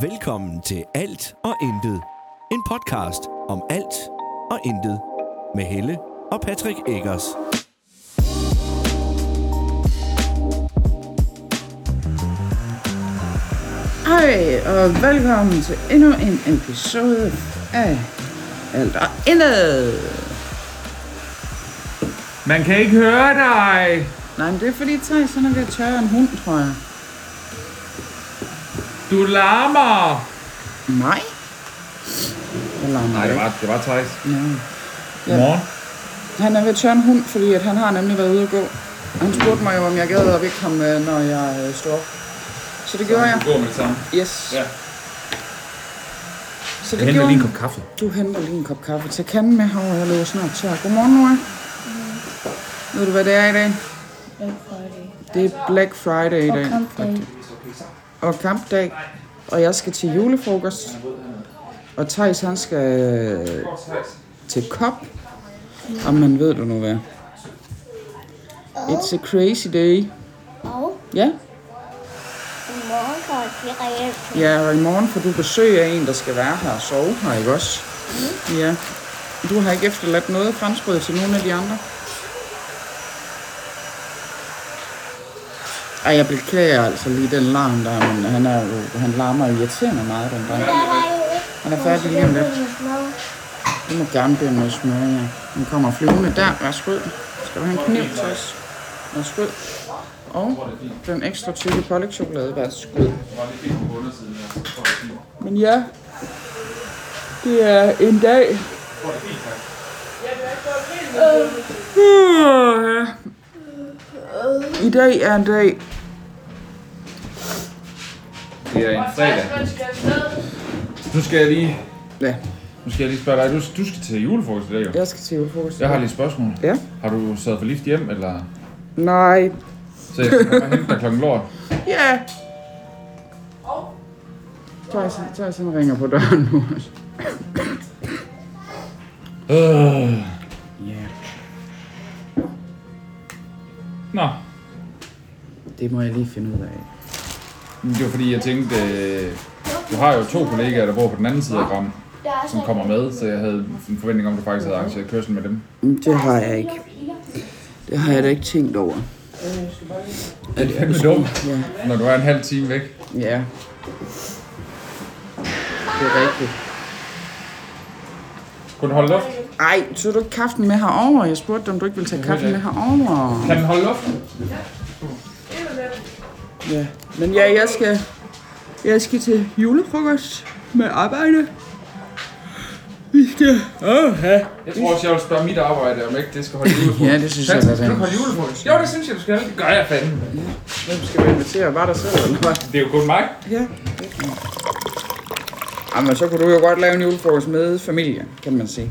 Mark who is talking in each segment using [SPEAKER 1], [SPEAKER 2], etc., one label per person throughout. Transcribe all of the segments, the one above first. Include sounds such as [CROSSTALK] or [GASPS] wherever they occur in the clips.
[SPEAKER 1] Velkommen til Alt og Intet. En podcast om alt og intet. Med Helle og Patrick Eggers.
[SPEAKER 2] Hej og velkommen til endnu en episode af Alt og Intet.
[SPEAKER 3] Man kan ikke høre dig!
[SPEAKER 2] Nej, men det er fordi Thijs han er ved at tørre en hund, tror jeg.
[SPEAKER 3] Du larmer!
[SPEAKER 2] Nej. Jeg larmer
[SPEAKER 3] Nej, det
[SPEAKER 2] ikke.
[SPEAKER 3] var, det var Thijs.
[SPEAKER 2] Ja.
[SPEAKER 3] Godmorgen.
[SPEAKER 2] Han er ved at tørre en hund, fordi at han har nemlig været ude at gå. Og han spurgte mig jo, om jeg gad at vække ham, øh, når jeg øh, står op. Så det gjorde jeg.
[SPEAKER 3] Gå med det samme.
[SPEAKER 2] Yes.
[SPEAKER 3] Ja.
[SPEAKER 2] Så det gjorde
[SPEAKER 3] kop kaffe.
[SPEAKER 2] Du henter lige en kop kaffe. Tag kanden med herovre, jeg løber snart tør. Godmorgen, Nora. Ved du, hvad det er i dag?
[SPEAKER 4] Mm. Black Friday.
[SPEAKER 2] Det er Black Friday i dag.
[SPEAKER 4] Kampdag.
[SPEAKER 2] og kampdag, og jeg skal til julefrokost. Og Thijs, han skal øh, til kop. Og man ved du nu hvad. It's a crazy day.
[SPEAKER 4] Og
[SPEAKER 2] Ja,
[SPEAKER 4] i morgen kan jeg til reelt.
[SPEAKER 2] ja og i morgen får du besøg af en, der skal være her og sove her, ikke også? Ja. Du har ikke efterladt noget franskbrød til nogen af de andre? Ej, jeg beklager altså lige den larm der, men han, er jo, han larmer irriterende meget, den der.
[SPEAKER 4] Der var jo ikke
[SPEAKER 2] Han er færdig lige om lidt.
[SPEAKER 4] nogen
[SPEAKER 2] Du må gerne bede med smør, ja. Den kommer flyvende der. Værsgo. Skal du have en kniv til os? Værsgo. Og den ekstra tykke pålægtschokolade. Værsgo. Men ja, det er en dag. Øh. I dag er en dag,
[SPEAKER 3] Det er en fredag. Nu skal jeg lige,
[SPEAKER 2] ja,
[SPEAKER 3] nu skal jeg lige spørge dig. Du, du skal til julefrokost i dag, jo.
[SPEAKER 2] jeg skal til julefrokost.
[SPEAKER 3] Jeg har lige et spørgsmål.
[SPEAKER 2] Ja.
[SPEAKER 3] Har du sad for lift hjem, eller?
[SPEAKER 2] Nej.
[SPEAKER 3] Så jeg skal komme og hente dig klokken lort.
[SPEAKER 2] Ja. Thijs, Thijs, han ringer på døren nu.
[SPEAKER 3] Øh.
[SPEAKER 2] Ja.
[SPEAKER 3] Nå.
[SPEAKER 2] Det må jeg lige finde ud af.
[SPEAKER 3] Men Det var fordi, jeg tænkte, øh, du har jo to kollegaer, der bor på den anden side af Gram, som kommer med, så jeg havde en forventning om, at du faktisk havde arrangeret kørsel med dem.
[SPEAKER 2] Det har jeg ikke. Det har jeg da ikke tænkt over.
[SPEAKER 3] Er det fandme dumt,
[SPEAKER 2] Ja,
[SPEAKER 3] når du er en halv time væk?
[SPEAKER 2] ja. Det er rigtigt.
[SPEAKER 3] Kunne du holde luft?
[SPEAKER 2] Ej, tog du ikke kaffen med herover? Jeg spurgte dig, om du ikke ville tage kaffen med herover.
[SPEAKER 3] Kan den holde luft?
[SPEAKER 2] Ja. Men ja, jeg skal, jeg skal til julefrokost med arbejde. Vi skal... Åh, ja.
[SPEAKER 3] Jeg tror også, jeg vil spørge mit arbejde, om ikke det skal holde julefrokost.
[SPEAKER 2] [LAUGHS] Ja, det synes jeg,
[SPEAKER 3] Patrick,
[SPEAKER 2] det er
[SPEAKER 3] Skal du
[SPEAKER 2] det.
[SPEAKER 3] holde julefrokost? Jo, det synes jeg, du skal. Det gør jeg fandme.
[SPEAKER 2] Hvem skal vi invitere? Bare dig selv, eller hvad?
[SPEAKER 3] Det er jo kun mig.
[SPEAKER 2] Ja. Jamen, så kunne du jo godt lave en julefrokost med familie, kan man sige.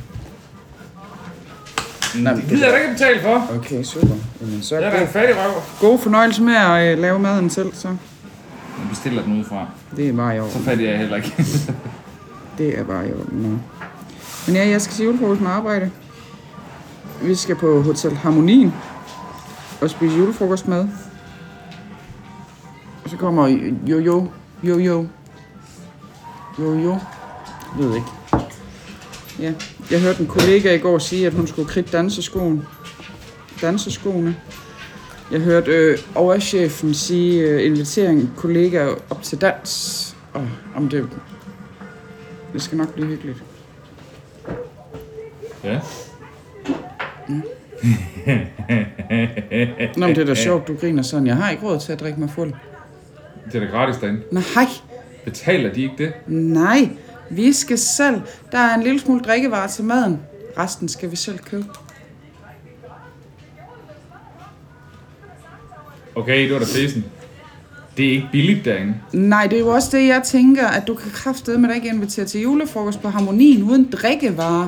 [SPEAKER 2] Nej, men
[SPEAKER 3] Det gider jeg da ikke at betale for.
[SPEAKER 2] Okay, super. Jamen, så
[SPEAKER 3] Jeg
[SPEAKER 2] er
[SPEAKER 3] er da
[SPEAKER 2] det
[SPEAKER 3] en fattig røv.
[SPEAKER 2] god fornøjelse med at øh, lave maden selv, så.
[SPEAKER 3] Jeg bestiller den udefra.
[SPEAKER 2] Det er bare i orden.
[SPEAKER 3] fattig er jeg heller ikke.
[SPEAKER 2] Det er bare i orden. Nå. Men ja, jeg skal til julefrokost med arbejde. Vi skal på Hotel Harmonien og spise julefrokostmad. Og så kommer Jojo. Jojo. Jojo. Jeg ved ikke. Ja, jeg hørte en kollega i går sige, at hun skulle kridte danseskoen. Danseskoene. Jeg hørte øh, overchefen sige, øh, invitering kollegaer op til dans. Og om det det skal nok blive hyggeligt.
[SPEAKER 3] [LAUGHS] ja.
[SPEAKER 2] Nå, men det er da sjovt, du griner sådan. Jeg har ikke råd til at drikke mig fuld.
[SPEAKER 3] Det er da gratis derinde.
[SPEAKER 2] Nej,
[SPEAKER 3] Betaler de ikke det?
[SPEAKER 2] nej. Vi skal selv. Der er en lille smule drikkevarer til maden. Resten skal vi selv købe.
[SPEAKER 3] Okay, det var da fesen. Det er ikke billigt derinde.
[SPEAKER 2] Nej, det er jo også det, jeg tænker, at du kan kraftedeme med ikke invitere til julefrokost på harmonien uden drikkevarer.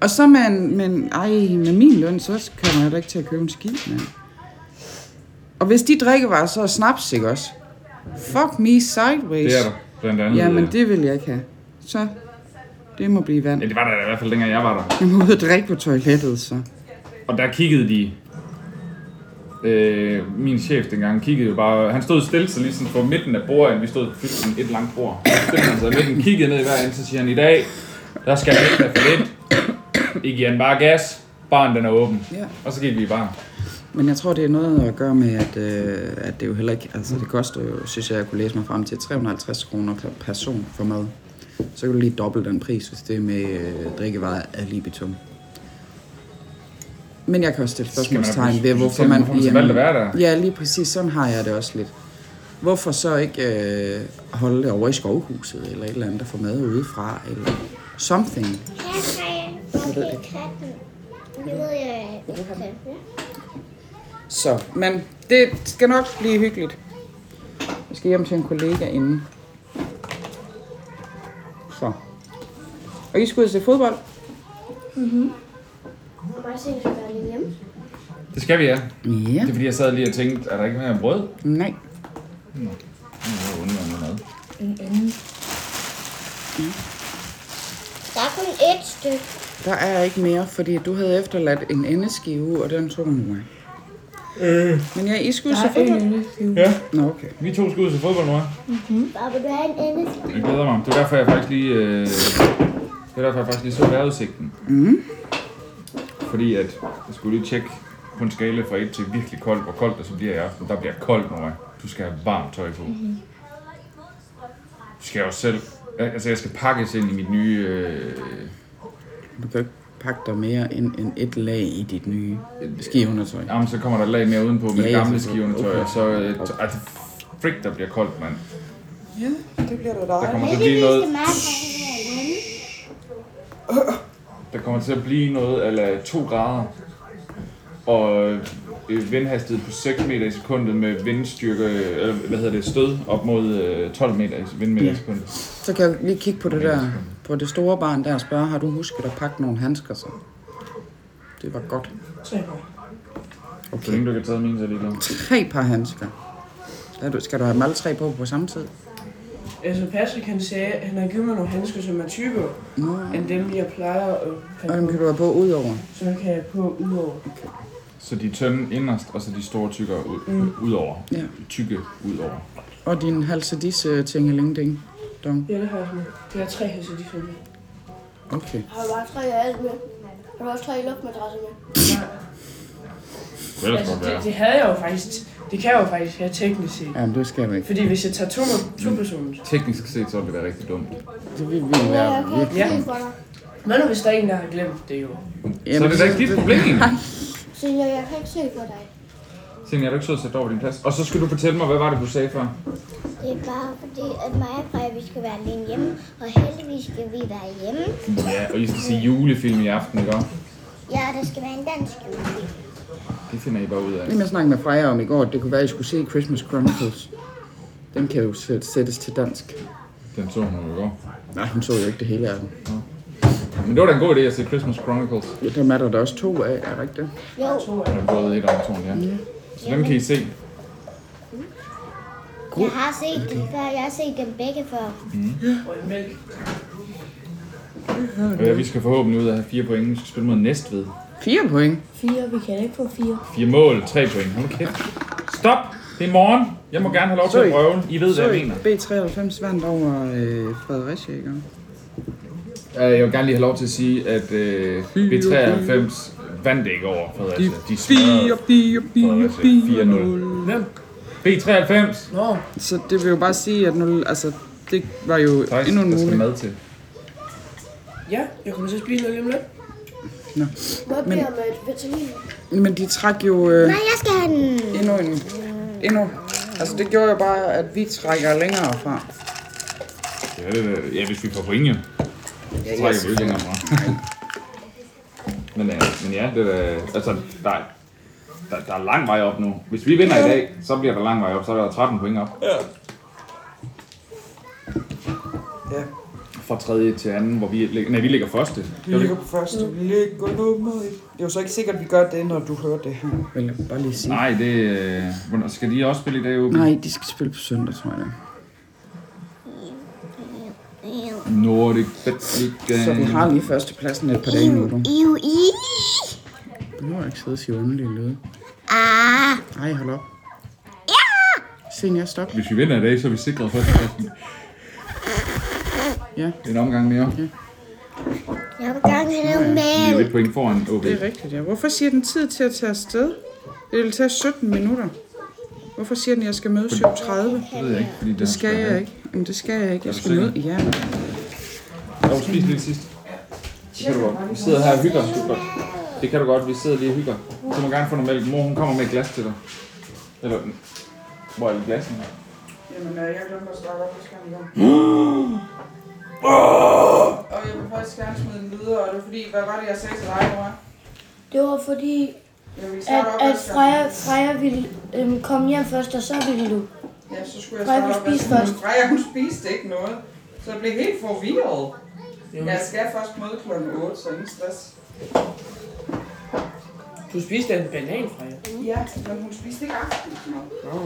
[SPEAKER 2] Og så med, en, med, en, ej, med min løn, så kommer jeg da ikke til at købe en skid, mand. Og hvis de drikkevarer, så er snaps, ikke også? Fuck me sideways.
[SPEAKER 3] Det er der. Blandt andet.
[SPEAKER 2] Jamen, det vil jeg ikke have. Så det må blive vand.
[SPEAKER 3] Ja, det var der i hvert fald, dengang jeg var der.
[SPEAKER 2] Jeg må ud og drikke på toilettet, så.
[SPEAKER 3] Og der kiggede de Øh, min chef dengang kiggede jo bare, han stod stille sig ligesom på midten af bordet, vi stod fyldt sådan et langt bord. Så stillede han sig i midten, kiggede ned i hver ende, så siger han, i dag, der skal han ikke være for lidt. I giver han bare gas, baren den er åben.
[SPEAKER 2] Ja.
[SPEAKER 3] Og så gik vi i baren.
[SPEAKER 2] Men jeg tror, det er noget at gøre med, at, øh, at det jo heller ikke... Altså, det koster jo, synes jeg, jeg kunne læse mig frem til 350 kroner per person for mad. Så kan du lige dobbelt den pris, hvis det er med øh, drikkevarer ad libitum. Men jeg kan også stille
[SPEAKER 3] Skal man da
[SPEAKER 2] spørgsmålstegn ved,
[SPEAKER 3] budgettere,
[SPEAKER 2] hvorfor man...
[SPEAKER 3] hvorfor man så valgte at være der?
[SPEAKER 2] Ja, lige præcis. Sådan har jeg det også lidt. Hvorfor så ikke øh, holde det over i skovhuset, eller et eller andet, der får mad udefra, eller something?
[SPEAKER 4] Her har jeg en katten. Det ved jeg ikke. Ja.
[SPEAKER 2] Så, men det skal nok blive hyggeligt. Jeg skal hjem til en kollega inden. Så. Og I skal ud og se fodbold?
[SPEAKER 4] Og mig ser du bare lige hjemme.
[SPEAKER 3] Det skal vi, ja.
[SPEAKER 2] Ja.
[SPEAKER 3] Det er fordi, jeg sad lige og tænkte, er der ikke mere brød?
[SPEAKER 2] Nej.
[SPEAKER 3] Nu må jeg undvære noget mad.
[SPEAKER 4] Der er kun ét stykke.
[SPEAKER 2] Der er ikke mere, fordi du havde efterladt en endeskive, og den tog hun mig. Øh. Men ja, I skulle se fodbold.
[SPEAKER 3] Ja.
[SPEAKER 2] Nå, okay.
[SPEAKER 3] Vi to skal ud til fodbold nu, hva'?
[SPEAKER 4] Bare vil du have en ende?
[SPEAKER 3] Jeg glæder mig. Det var derfor, jeg faktisk lige, øh, det var derfor, jeg faktisk lige så vejrudsigten. Mm. Fordi at jeg skulle lige tjekke på en skala fra 1 til virkelig koldt, hvor koldt det så bliver i aften. Der bliver koldt, Nora. Du skal have varmt tøj på. Mm. Du skal også selv... al- Altså, jeg skal pakkes ind i mit nye... Øh,
[SPEAKER 2] Du kan jo ikke pakke dig mere end, end et lag i dit nye skiundertøj.
[SPEAKER 3] jamen, så kommer der et lag mere udenpå med
[SPEAKER 2] Ja,
[SPEAKER 3] ja,
[SPEAKER 2] ja,
[SPEAKER 3] gamle
[SPEAKER 2] så-
[SPEAKER 3] skivende tøj.
[SPEAKER 2] okay.
[SPEAKER 3] Og så... Øh, t- ej, det frik, der bliver koldt, mand.
[SPEAKER 2] Ja, det bliver da
[SPEAKER 3] Der
[SPEAKER 2] dejligt.
[SPEAKER 3] kommer til at blive
[SPEAKER 4] Heldigvis
[SPEAKER 3] noget...
[SPEAKER 4] skal mig have en ende.
[SPEAKER 3] Der kommer til at blive noget ala 2 grader. Og øh, vindhastighed på 6 meter i sekundet med vindstyrke, øh, eller hvad hedder det, stød op mod øh, 12 meter i vindmeter i sekundet.
[SPEAKER 2] Så kan jeg lige kigge på det der, på det store barn der og spørge, har du husket at pakke nogle handsker så? Det var godt.
[SPEAKER 3] Så længe du ikke har taget mine, så er det ligeglad.
[SPEAKER 2] Tre par handsker. Der er du- Skal du have dem alle tre på på samme tid?
[SPEAKER 5] Altså Patrick han sagde, at han har givet mig nogle handsker, som er tykkere
[SPEAKER 2] Nå.
[SPEAKER 5] end dem, jeg plejer at
[SPEAKER 2] Og
[SPEAKER 5] have
[SPEAKER 2] dem kan
[SPEAKER 5] på.
[SPEAKER 2] du have på ud over.
[SPEAKER 5] Så kan jeg på udover.
[SPEAKER 3] Så de tynde inderst, og så de store tykkere ud,
[SPEAKER 4] Mm.
[SPEAKER 3] øh, ud over.
[SPEAKER 2] Ja.
[SPEAKER 3] Tykke ud over.
[SPEAKER 2] Og din halsedisse tingeling ding. Dong.
[SPEAKER 5] Ja, det har jeg sådan. Det er tre hæser, de finder.
[SPEAKER 2] Okay.
[SPEAKER 4] Har du bare tre af alt med? Har du også tre luftmadrasser med?
[SPEAKER 3] Det kunne ellers
[SPEAKER 5] Altså,
[SPEAKER 3] godt være.
[SPEAKER 5] det, det, havde jeg jo faktisk. Det kan jeg jo faktisk have teknisk set.
[SPEAKER 2] Jamen, det skal du ikke.
[SPEAKER 5] Fordi hvis jeg tager to, to personer,
[SPEAKER 3] Teknisk set, så ville det være rigtig dumt.
[SPEAKER 2] Det vil vi være virkelig.
[SPEAKER 5] Ja.
[SPEAKER 4] Ja. for dig.
[SPEAKER 5] hvad nu hvis der er en, der har glemt det jo?
[SPEAKER 3] så er det da ikke dit problem.
[SPEAKER 4] Senior, jeg kan ikke se på dig.
[SPEAKER 3] Senior, er du ikke sød at sætte dig over din plads? Og så skal du fortælle mig, hvad var det, du sagde før?
[SPEAKER 4] Det er bare fordi, at mig og Freja, vi skal være alene hjemme, og heldigvis skal vi være hjemme.
[SPEAKER 3] Ja, og I skal se julefilm i aften, ikke også?
[SPEAKER 4] Ja, og der skal være en dansk film.
[SPEAKER 3] Det finder I bare ud af.
[SPEAKER 2] Jamen, jeg snakkede med Freja om i går, at det kunne være, at I skulle se Christmas Chronicles. Den kan jo sæt- sættes til dansk.
[SPEAKER 3] Den så hun jo i går.
[SPEAKER 2] Nej, hun så jo ikke det hele af den.
[SPEAKER 3] Men det var da en god idé at se Christmas Chronicles.
[SPEAKER 2] Ja, dem er der da også to af, er der ikke det?
[SPEAKER 4] Jo,
[SPEAKER 3] Den er både et og to, ja. Så dem kan I se.
[SPEAKER 4] jeg har set dem før. Jeg har set dem begge før.
[SPEAKER 5] Og en mælk.
[SPEAKER 3] Øh, vi skal forhåbentlig ud og have fire point. Vi skal spille mod Næstved.
[SPEAKER 2] Fire point.
[SPEAKER 6] Fire, vi kan ikke få fire.
[SPEAKER 3] Fire mål, tre point. Hold nu kæft. Stop! Det er morgen. Jeg må gerne have lov til
[SPEAKER 2] Sorry.
[SPEAKER 3] at prøve. I ved, hvad jeg mener. Altså,
[SPEAKER 2] B93 vandt over øh, Fredericia, ikke?
[SPEAKER 3] Øh, Jeg vil gerne lige have lov til at sige, at øh, B93 vandt ikke over Fredericia. De smadrede Fredericia 4-0.
[SPEAKER 5] Hvem?
[SPEAKER 3] B93!
[SPEAKER 5] Nå,
[SPEAKER 2] Så det vil jo bare sige, at nu, altså, det var jo
[SPEAKER 3] Thijs,
[SPEAKER 2] endnu en
[SPEAKER 3] der skal
[SPEAKER 2] mulighed.
[SPEAKER 3] mad til.
[SPEAKER 5] ja, jeg kommer til at spise noget lige om lidt.
[SPEAKER 4] Må jeg bede om et vitamin?
[SPEAKER 2] Men de trak jo øh,
[SPEAKER 4] Nej, jeg skal have den.
[SPEAKER 2] endnu en... Endnu. Altså, det gjorde jo bare, at vi trækker længere fra.
[SPEAKER 3] Ja, øh, ja, hvis vi får point, jo. Så trækker vi jo ikke længere fra. men, øh, men ja, det er, altså, der, er- der, der er lang vej op nu. Hvis vi vinder i dag, så bliver der lang vej op. Så er der 13 point op. Ja. Fra tredje til anden, hvor vi ligger... Nej, vi ligger første. Det er det.
[SPEAKER 2] på
[SPEAKER 5] Mm.
[SPEAKER 2] første. Vi ligger nummer et. Det er jo så ikke sikkert, at vi gør det, når du hører det her. Vil jeg bare lige sige.
[SPEAKER 3] Nej, det... øh, hvornår- Skal de også spille i dag, Åben?
[SPEAKER 2] Nej, de skal spille på søndag, tror jeg.
[SPEAKER 3] Nordic Bet League.
[SPEAKER 2] Så vi har lige førstepladsen et par dage nu, du.
[SPEAKER 4] Iu, i.
[SPEAKER 2] Du må ikke sidde og sige underlige lyde.
[SPEAKER 4] Ah,
[SPEAKER 2] Nej, hold op. Ja! Senior, stop.
[SPEAKER 3] Hvis vi vinder i dag, så er vi sikret førstepladsen.
[SPEAKER 2] Ja,
[SPEAKER 3] En omgang mere.
[SPEAKER 4] Jeg vil gerne have noget
[SPEAKER 3] Vi er
[SPEAKER 4] mad.
[SPEAKER 3] et point foran OB.
[SPEAKER 2] det er rigtigt, ja. Hvorfor siger den tid til at tage afsted? Det vil tage 17 minutter. Hvorfor siger den, at jeg skal møde 7.30?
[SPEAKER 3] Det ved jeg ikke, fordi
[SPEAKER 2] Det skal jeg ikke. Jamen, det skal jeg ikke. Jeg
[SPEAKER 3] du
[SPEAKER 2] skal møde... Ja,
[SPEAKER 5] Lad os spise lidt sidst. Det kan du godt. Vi sidder her og hygger. Du godt. Det kan du godt. Vi sidder lige og hygger.
[SPEAKER 3] Du må gerne få noget mælk. Mor, hun kommer med et glas til dig. Eller, hvor er glasen?
[SPEAKER 7] Jamen, øh, jeg glemte at starte op på skærmen
[SPEAKER 6] [GASPS]
[SPEAKER 7] igen. Og jeg vil faktisk gerne smide den videre, og det er fordi, hvad var det, jeg sagde til dig, Nora?
[SPEAKER 6] Det var fordi,
[SPEAKER 7] Jeg ville
[SPEAKER 6] at,
[SPEAKER 7] starte op
[SPEAKER 6] at
[SPEAKER 7] på skærmen.
[SPEAKER 6] Freja, Freja ville øhm, komme hjem først, og så ville du.
[SPEAKER 7] Ja, så skulle jeg
[SPEAKER 6] Freja,
[SPEAKER 7] starte
[SPEAKER 6] hun
[SPEAKER 7] op med
[SPEAKER 6] spiste
[SPEAKER 7] skærmen.
[SPEAKER 6] først.
[SPEAKER 7] Freja, hun spiste ikke noget. Så jeg blev helt forvirret. Jeg skal først møde kl. 8, så ingen stress.
[SPEAKER 5] Du spiste en banan, Freja.
[SPEAKER 7] Ja, men hun spiste ikke aftensmad.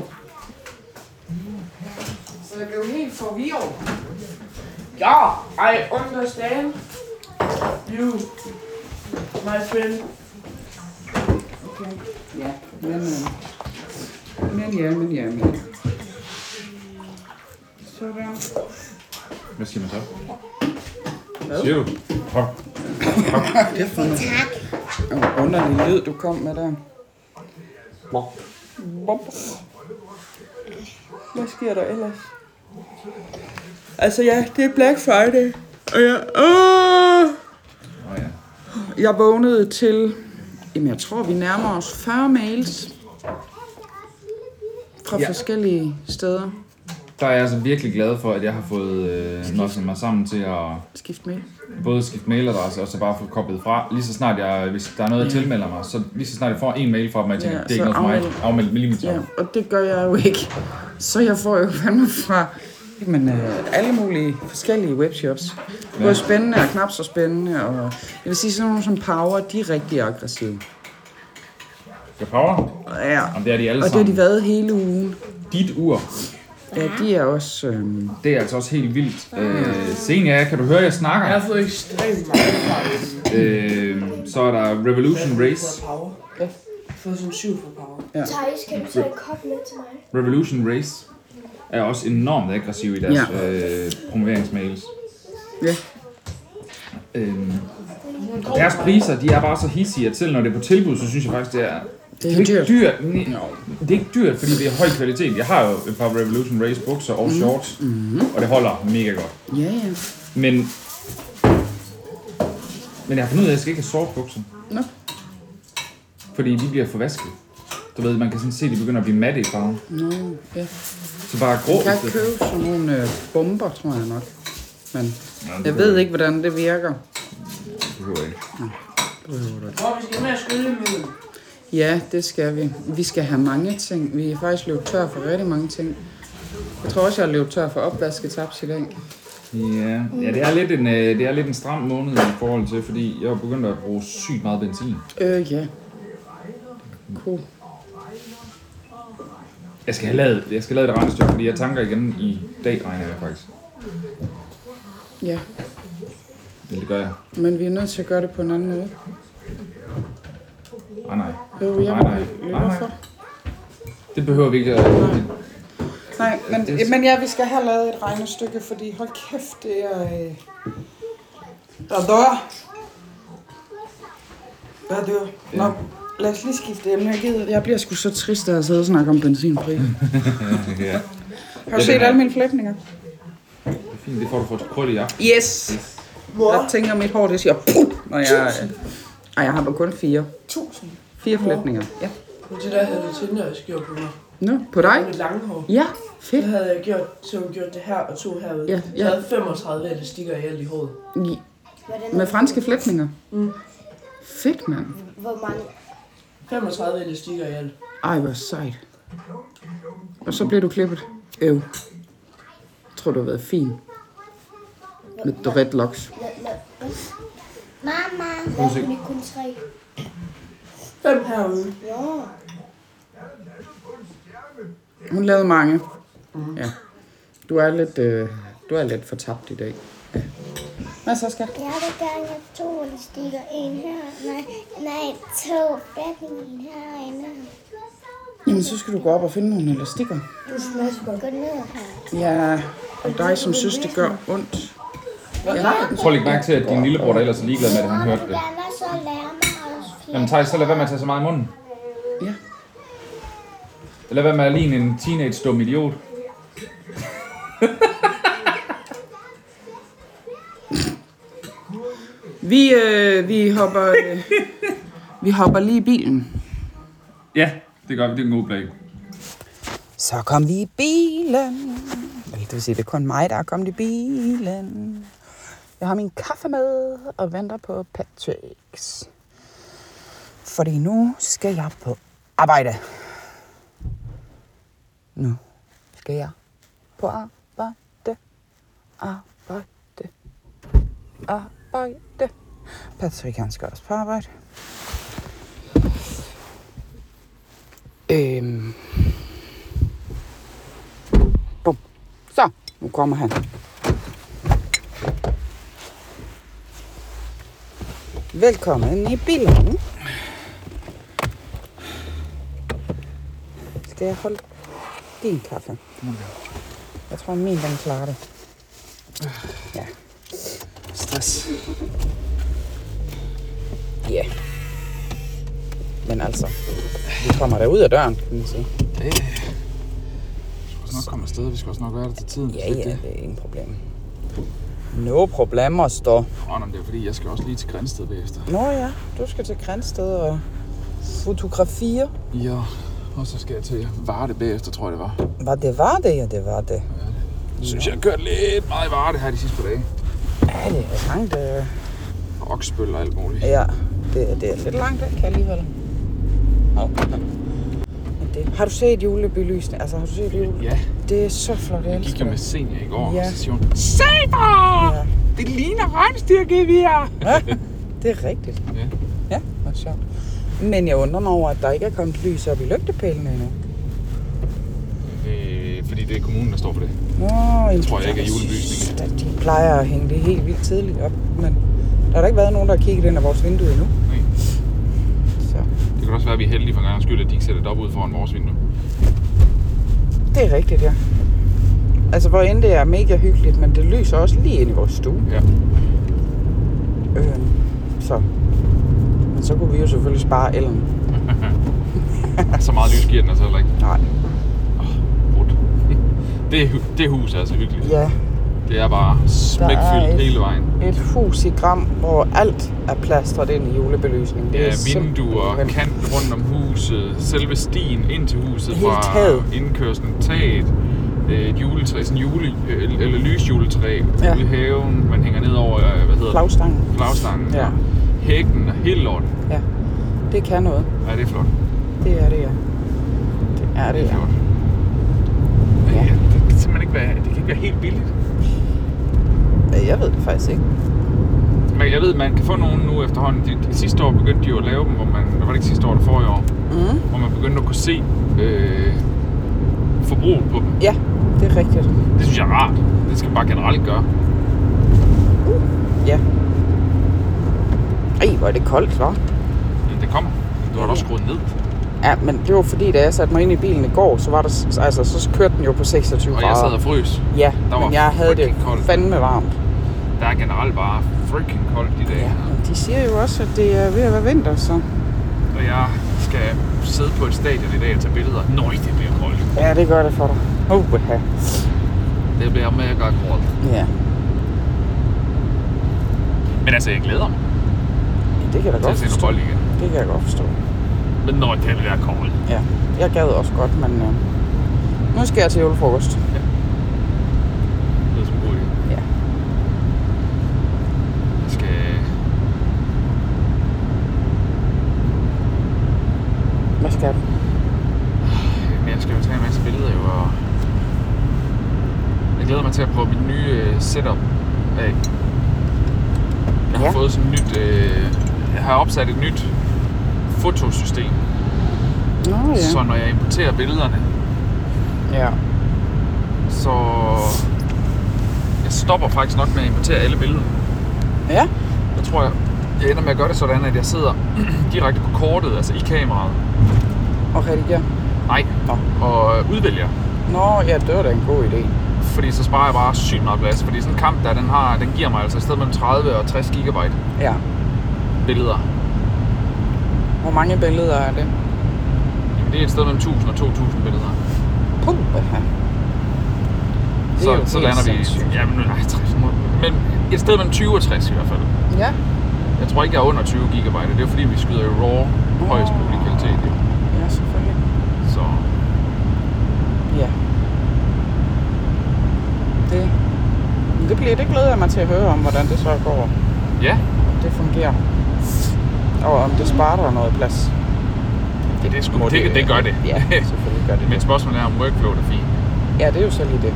[SPEAKER 7] Så jeg blev helt forvirret. Ja, I understand you, my friend.
[SPEAKER 2] ja. Men, øh, men ja, men ja, men ja. Sådan.
[SPEAKER 3] Hvad siger man så? Hvad? Siger du? Hop.
[SPEAKER 2] Det er for noget. Oh, underlig lyd, du kom med der.
[SPEAKER 7] Bop. Hvad sker der ellers? Altså ja, det er Black Friday.
[SPEAKER 2] Og jeg, åh!
[SPEAKER 3] Nå ja.
[SPEAKER 2] jeg vågnede til, jamen jeg tror, vi nærmer os 40 mails fra ja. forskellige steder.
[SPEAKER 3] Der er jeg altså virkelig glad for, at jeg har fået øh, nosset mig sammen til at
[SPEAKER 2] Skift mail.
[SPEAKER 3] både skifte mailadresse og så bare få koblet fra. Lige så snart jeg, hvis der er noget, jeg tilmelder mig, så lige så snart jeg får en mail fra dem, og jeg tænker,
[SPEAKER 2] Ja,
[SPEAKER 3] det er ikke
[SPEAKER 2] så
[SPEAKER 3] noget for mig,
[SPEAKER 2] afmeld.
[SPEAKER 3] afmeld mig lige mit
[SPEAKER 2] Ja,
[SPEAKER 3] job.
[SPEAKER 2] og det gør jeg jo ikke. Så jeg får jo fandme fra jamen, øh, alle mulige forskellige webshops. Både spændende og knap så spændende. Og jeg vil sige, sådan nogle som Power, de er rigtig aggressive.
[SPEAKER 3] Jeg power.
[SPEAKER 2] Ja,
[SPEAKER 3] Jamen, det er de alle
[SPEAKER 2] og det har
[SPEAKER 3] sammen.
[SPEAKER 2] de været hele ugen.
[SPEAKER 3] Dit ur,
[SPEAKER 2] Ja, de er også... Øh,
[SPEAKER 3] det er altså også helt vildt. Øh, Senia, kan du høre, jeg snakker?
[SPEAKER 5] Jeg har fået ekstremt meget fra det.
[SPEAKER 3] Øh, så er der Revolution Race.
[SPEAKER 5] Power.
[SPEAKER 2] Ja.
[SPEAKER 5] Jeg har fået sådan syv for power.
[SPEAKER 4] Thijs, kan du tage en kop med til mig?
[SPEAKER 3] Revolution Race er også enormt aggressiv i deres
[SPEAKER 2] Ja.
[SPEAKER 3] øh, promoveringsmails.
[SPEAKER 2] ja,
[SPEAKER 3] Øhm, deres priser, de er bare så hissige, at selv når det er på tilbud, så synes jeg faktisk, det er...
[SPEAKER 2] det er dyrt.
[SPEAKER 3] dyrt. Dyrt. Det er ikke dyrt, fordi det er høj kvalitet. Jeg har jo et par Revolution Race bukser
[SPEAKER 2] Mhm.
[SPEAKER 3] og shorts, og det holder mega godt.
[SPEAKER 2] Ja, ja.
[SPEAKER 3] Men, men jeg har fundet ud af, at jeg skal ikke have sort bukser.
[SPEAKER 2] Nå.
[SPEAKER 3] Fordi de bliver forvasket. Du ved, man kan sådan se, at de begynder at blive matte i farven.
[SPEAKER 2] Nå, ja.
[SPEAKER 3] Så bare grå. i
[SPEAKER 2] Jeg
[SPEAKER 3] stedet.
[SPEAKER 2] købte sådan nogle øh, bomber, tror jeg nok. Men
[SPEAKER 3] Nå, det
[SPEAKER 2] jeg
[SPEAKER 3] behøver
[SPEAKER 2] ved ikke, hvordan det virker.
[SPEAKER 3] Det behøver jeg ikke.
[SPEAKER 5] Hvor vi skal med at skylle middel.
[SPEAKER 2] Ja, det skal vi. Vi skal have mange ting. Vi er faktisk løbet tør for rigtig mange ting. Jeg tror også, jeg har løbet tør for opvasketaps i dag.
[SPEAKER 3] Ja, ja det, er lidt en, øh, det er lidt en stram måned i forhold til, fordi jeg er begyndt at bruge sygt meget benzin.
[SPEAKER 2] Øh, ja. Cool.
[SPEAKER 3] Jeg skal have lavet, jeg skal have lavet et regnestykke, fordi jeg tanker igen i dag, regner jeg faktisk.
[SPEAKER 2] Ja,
[SPEAKER 3] Eller det gør jeg.
[SPEAKER 2] men vi er nødt til at gøre det på en anden måde.
[SPEAKER 3] Ah, Nej, nej.
[SPEAKER 2] Jo, jeg
[SPEAKER 3] Nej, nej. Ah,
[SPEAKER 2] må
[SPEAKER 3] Nej, nej.
[SPEAKER 2] for.
[SPEAKER 3] Det behøver vi ikke at...
[SPEAKER 2] Nej, men, men ja, vi skal have lavet et regnestykke, fordi hold kæft, det er... Øh... Der dør. Der dør. Nå, lad os lige skifte emne. Jeg, gider. jeg bliver sgu så trist, at jeg sidder og snakker om benzinpris.
[SPEAKER 3] Mm. Ja,
[SPEAKER 2] Har du set alle mine flætninger?
[SPEAKER 3] det er fint. Det får du for et krøl i aften.
[SPEAKER 2] Yes! Jeg tænker, mit hår, det siger... "Puh", Når jeg, Ej, jeg har bare kun fire.
[SPEAKER 6] Tusind.
[SPEAKER 2] Fire flætninger. Ja.
[SPEAKER 5] Men det der havde det Tinder gjort på mig.
[SPEAKER 2] Nå, på dig?
[SPEAKER 5] Med mit lange hår.
[SPEAKER 2] Ja,
[SPEAKER 5] Det
[SPEAKER 2] fedt.
[SPEAKER 5] havde jeg gjort, så hun gjort det her og to herude.
[SPEAKER 2] Ja,
[SPEAKER 5] Så
[SPEAKER 2] ja.
[SPEAKER 5] Jeg havde 35 elastikker i alt i håret.
[SPEAKER 2] I- Med franske flætninger? Fedt, mand.
[SPEAKER 4] Hvor mange?
[SPEAKER 5] 35 elastikker i alt.
[SPEAKER 2] Ej, hvor sejt. Og så blev du klippet. Øv. Jeg tror, du har været fin. Med dreadlocks.
[SPEAKER 4] Nå, nå, nå. Mamma,
[SPEAKER 3] Prøv at se.
[SPEAKER 4] lad mig kun tre.
[SPEAKER 5] Fem herude.
[SPEAKER 4] Ja.
[SPEAKER 2] Hun lavede mange. Ja. Du er lidt, øh, du er lidt fortabt i dag. Ja. Hvad så, skat?
[SPEAKER 4] Jeg vil gerne have to stikker. En her. Nej, nej to. Bakken en her og en her.
[SPEAKER 5] Jamen, så skal du gå op og finde nogle elastikker.
[SPEAKER 6] Du smager godt.
[SPEAKER 4] Gå ned her.
[SPEAKER 5] Ja, og dig som synes, det gør ondt.
[SPEAKER 8] Prøv at lægge mærke til, at din lillebror, der ellers er ligeglad med, at han
[SPEAKER 4] Når
[SPEAKER 8] hørte
[SPEAKER 4] du
[SPEAKER 8] det.
[SPEAKER 4] danner, så lærer man også flere.
[SPEAKER 8] Jamen Thijs, så lad være med at tage så meget i munden.
[SPEAKER 5] Ja.
[SPEAKER 8] Lad være med at ligne en teenage-dum idiot.
[SPEAKER 5] Vi, øh, vi, hopper, øh, vi hopper lige i bilen.
[SPEAKER 8] Ja, det gør vi. Det er en god plan.
[SPEAKER 2] Så kom vi i bilen. Eller det vil sige, det er kun mig, der er kommet i bilen. Jeg har min kaffe med og venter på Patricks. Fordi nu skal jeg på arbejde. Nu skal jeg på arbejde. Arbejde. Arbejde. Patrick, han skal også på arbejde. Øhm. Bum. Så, nu kommer han. Velkommen i bilen. Skal jeg holde din kaffe? Jeg tror, min den klarer det. Ah, Ja. Stress. Ja. Yeah. Men altså, vi kommer der ud af døren, kan man sige.
[SPEAKER 3] nok komme afsted, vi skal også nok være der til tiden.
[SPEAKER 2] Ja, ja, det er ingen problem. No problemer, står.
[SPEAKER 3] Nå, nå, men det er fordi, jeg skal også lige til Grænsted bagefter.
[SPEAKER 2] Nå ja, du skal til Grænsted og fotografier.
[SPEAKER 3] Ja, og så skal jeg til Varde bagefter, tror jeg det var.
[SPEAKER 2] Var det var det? Ja, det var det.
[SPEAKER 3] Jeg synes, jeg har kørt lidt meget i Varde her de sidste par dage.
[SPEAKER 2] Ja, det er langt. Øh.
[SPEAKER 3] Og Oksbøl og alt muligt.
[SPEAKER 2] Ja, det, det er lidt langt væk alligevel. Hov. Men det, har du set julebilysene? Altså, har du set jule?
[SPEAKER 3] Ja,
[SPEAKER 2] Det er så flot, jeg
[SPEAKER 3] jeg gik
[SPEAKER 2] elsker
[SPEAKER 3] jo med
[SPEAKER 2] det.
[SPEAKER 3] senior i går,
[SPEAKER 2] Ja.
[SPEAKER 3] ja. og så siger hun,
[SPEAKER 2] Ja,
[SPEAKER 3] det ligner rensdyrgevier.
[SPEAKER 2] det er rigtigt.
[SPEAKER 3] Ja.
[SPEAKER 2] Ja, hvor sjovt. Men jeg undrer mig over, at der ikke er kommet lys op i lygtepælene endnu.
[SPEAKER 3] Øh, fordi det er kommunen, der står for det.
[SPEAKER 2] Nå, jeg
[SPEAKER 3] tror jeg ikke, at julelysning
[SPEAKER 2] synes, at De plejer at hænge det helt vildt tidligt op, men der har da ikke været nogen, der har kigget ind ad vores vindue endnu.
[SPEAKER 3] Nej.
[SPEAKER 2] Så
[SPEAKER 3] Det kan også være, at vi er heldige for en gang skyld, at de ikke sætter det op ud foran vores vindue.
[SPEAKER 2] det er rigtigt, ja. Altså, hvor end det er mega hyggeligt, men det lyser også lige ind i vores stue.
[SPEAKER 3] Ja.
[SPEAKER 2] Øhm, så. Men så kunne vi jo selvfølgelig spare elen.
[SPEAKER 3] Så meget lys giver den altså heller ikke.
[SPEAKER 2] Nej.
[SPEAKER 3] Brudt. [LAUGHS] Det, hu- det hus er altså hyggeligt.
[SPEAKER 2] Ja,
[SPEAKER 3] Det er bare smækfyldt
[SPEAKER 2] Der er et-
[SPEAKER 3] hele vejen.
[SPEAKER 2] et hus i Gram, hvor alt er plastret ind i julebelysning.
[SPEAKER 3] Det er vinduer,
[SPEAKER 2] simpelthen-
[SPEAKER 3] kanten rundt om huset, selve stien ind til huset
[SPEAKER 2] Hele
[SPEAKER 3] fra
[SPEAKER 2] taget.
[SPEAKER 3] indkørslen, taget, øh, et juletræ, sådan en jule, øh, eller lysjuletræ
[SPEAKER 2] Ja.
[SPEAKER 3] ja. ude i haven, man hænger ned over, øh, hvad hedder
[SPEAKER 2] Flagstangen.
[SPEAKER 3] det, flagstangen,
[SPEAKER 2] Ja.
[SPEAKER 3] og hækken og hele lorten.
[SPEAKER 2] Ja, det kan noget.
[SPEAKER 3] Ja, det er flot.
[SPEAKER 2] Det er det, ja. Det er det,
[SPEAKER 3] Det er
[SPEAKER 2] ja.
[SPEAKER 3] flot. Ja. Ja, det kan simpelthen ikke være, det kan ikke være helt billigt.
[SPEAKER 2] Ja, Jeg ved det faktisk ikke.
[SPEAKER 3] Men jeg ved, man kan få nogle nu efterhånden. De, de sidste år begyndte de jo at lave dem, hvor man, hvad var det ikke sidste år, det forrige år,
[SPEAKER 2] Mm.
[SPEAKER 3] hvor man begyndte at kunne se øh, forbruget på dem.
[SPEAKER 2] Ja, det er rigtigt.
[SPEAKER 3] Det synes jeg er rart. Det skal man bare generelt gøre.
[SPEAKER 2] Ja. Ej, hvor er det koldt, var?
[SPEAKER 3] Men det kommer. Du har da også skruet ned.
[SPEAKER 2] Ja, men det var fordi, da jeg satte mig ind i bilen i går, så, var der, s- altså, så kørte den jo på 26
[SPEAKER 3] Og
[SPEAKER 2] grader.
[SPEAKER 3] jeg sad og frøs.
[SPEAKER 2] Ja,
[SPEAKER 3] der var
[SPEAKER 2] men jeg havde det
[SPEAKER 3] frygtelig koldt.
[SPEAKER 2] fandme varmt.
[SPEAKER 3] Der er generelt bare freaking koldt i dag.
[SPEAKER 2] Ja, men de siger jo også, at det er ved at være vinter, så...
[SPEAKER 3] Og jeg skal sidde på et stadion i dag og tage billeder. Nøj, det bliver koldt.
[SPEAKER 2] Ja, det gør det for dig. Uha.
[SPEAKER 3] Det bliver mega koldt.
[SPEAKER 2] Ja,
[SPEAKER 3] Men altså, jeg glæder mig
[SPEAKER 2] det kan jeg da
[SPEAKER 3] til
[SPEAKER 2] godt
[SPEAKER 3] at se noget
[SPEAKER 2] forstå.
[SPEAKER 3] bold igen.
[SPEAKER 2] Det kan jeg godt forstå.
[SPEAKER 3] Men nøj, det bliver koldt.
[SPEAKER 2] Ja, jeg gad også godt, men øh, nu skal jeg til julefrokost.
[SPEAKER 3] Det er som en god idé.
[SPEAKER 2] Ja.
[SPEAKER 3] Jeg skal...
[SPEAKER 2] Hvad skal du?
[SPEAKER 3] Men jeg skal jo tage en masse billeder jo, og... Jeg glæder mig til at prøve mit nye øh, setup af. Jeg har
[SPEAKER 2] Ja.
[SPEAKER 3] fået sådan et nyt... Øh, jeg har opsat et nyt fotosystem,
[SPEAKER 2] Nå
[SPEAKER 3] ja.
[SPEAKER 2] ja.
[SPEAKER 3] så når jeg importerer billederne,
[SPEAKER 2] Ja.
[SPEAKER 3] så... Jeg stopper faktisk nok med at importere alle billeder.
[SPEAKER 2] Ja?
[SPEAKER 3] Jeg tror, jeg, jeg ender med at [CLEARS THROAT] gøre det sådan, at jeg sidder direkte på kortet, altså i kameraet,
[SPEAKER 2] Og redigere.
[SPEAKER 3] Nej, og øh, udvælger.
[SPEAKER 2] Nå, ja, det var da en god idé.
[SPEAKER 3] Fordi så sparer jeg bare sygt meget plads. Fordi sådan en kamp der, den, har, den giver mig altså et sted mellem 30 og 60 gigabyte
[SPEAKER 2] Ja.
[SPEAKER 3] billeder.
[SPEAKER 2] Hvor mange billeder er det?
[SPEAKER 3] Jamen, det er et sted mellem 1000 og 2000 billeder.
[SPEAKER 2] Puh,
[SPEAKER 3] Så,
[SPEAKER 2] jo
[SPEAKER 3] så
[SPEAKER 2] helt
[SPEAKER 3] lander vi...
[SPEAKER 2] sindssygt.
[SPEAKER 3] Jamen, nej, 60 må- Men et sted mellem 20 og 60 i hvert fald.
[SPEAKER 2] Ja.
[SPEAKER 3] Jeg tror ikke, jeg er under 20 gigabyte. og Det er fordi, vi skyder i RAW højst mulig kvalitet. jo.
[SPEAKER 2] Ja, selvfølgelig.
[SPEAKER 3] Så
[SPEAKER 2] Ja. Det, det, bliver, det glæder jeg mig til at høre om, hvordan det så går.
[SPEAKER 3] ja,
[SPEAKER 2] Det fungerer. Og om det sparer dig noget plads.
[SPEAKER 3] det, det,
[SPEAKER 2] Må
[SPEAKER 3] sgu, det, det gør det.
[SPEAKER 2] Ja, selvfølgelig gør det
[SPEAKER 3] Men
[SPEAKER 2] det.
[SPEAKER 3] spørgsmålet er, om workflow er fint.
[SPEAKER 2] Ja, det er jo så lige det.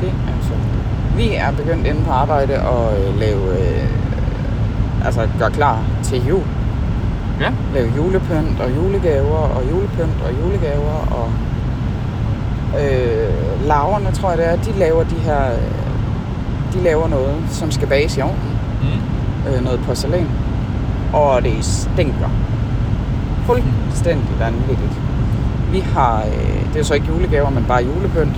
[SPEAKER 2] Det er jo så lige det. Vi er begyndt inde på arbejde og øh, lave... Øh, altså, gør klar til jul.
[SPEAKER 3] Ja,
[SPEAKER 2] lave julepynt og julegaver og julepynt og julegaver og øh, laverne, tror jeg det er, de laver de her øh, de laver noget, som skal bages i ovnen. Mm. Øh, noget porcelæn. Og det stinker. Fuldstændig vanvittigt. Vi har, øh, det er jo så ikke julegaver, men bare julepynt,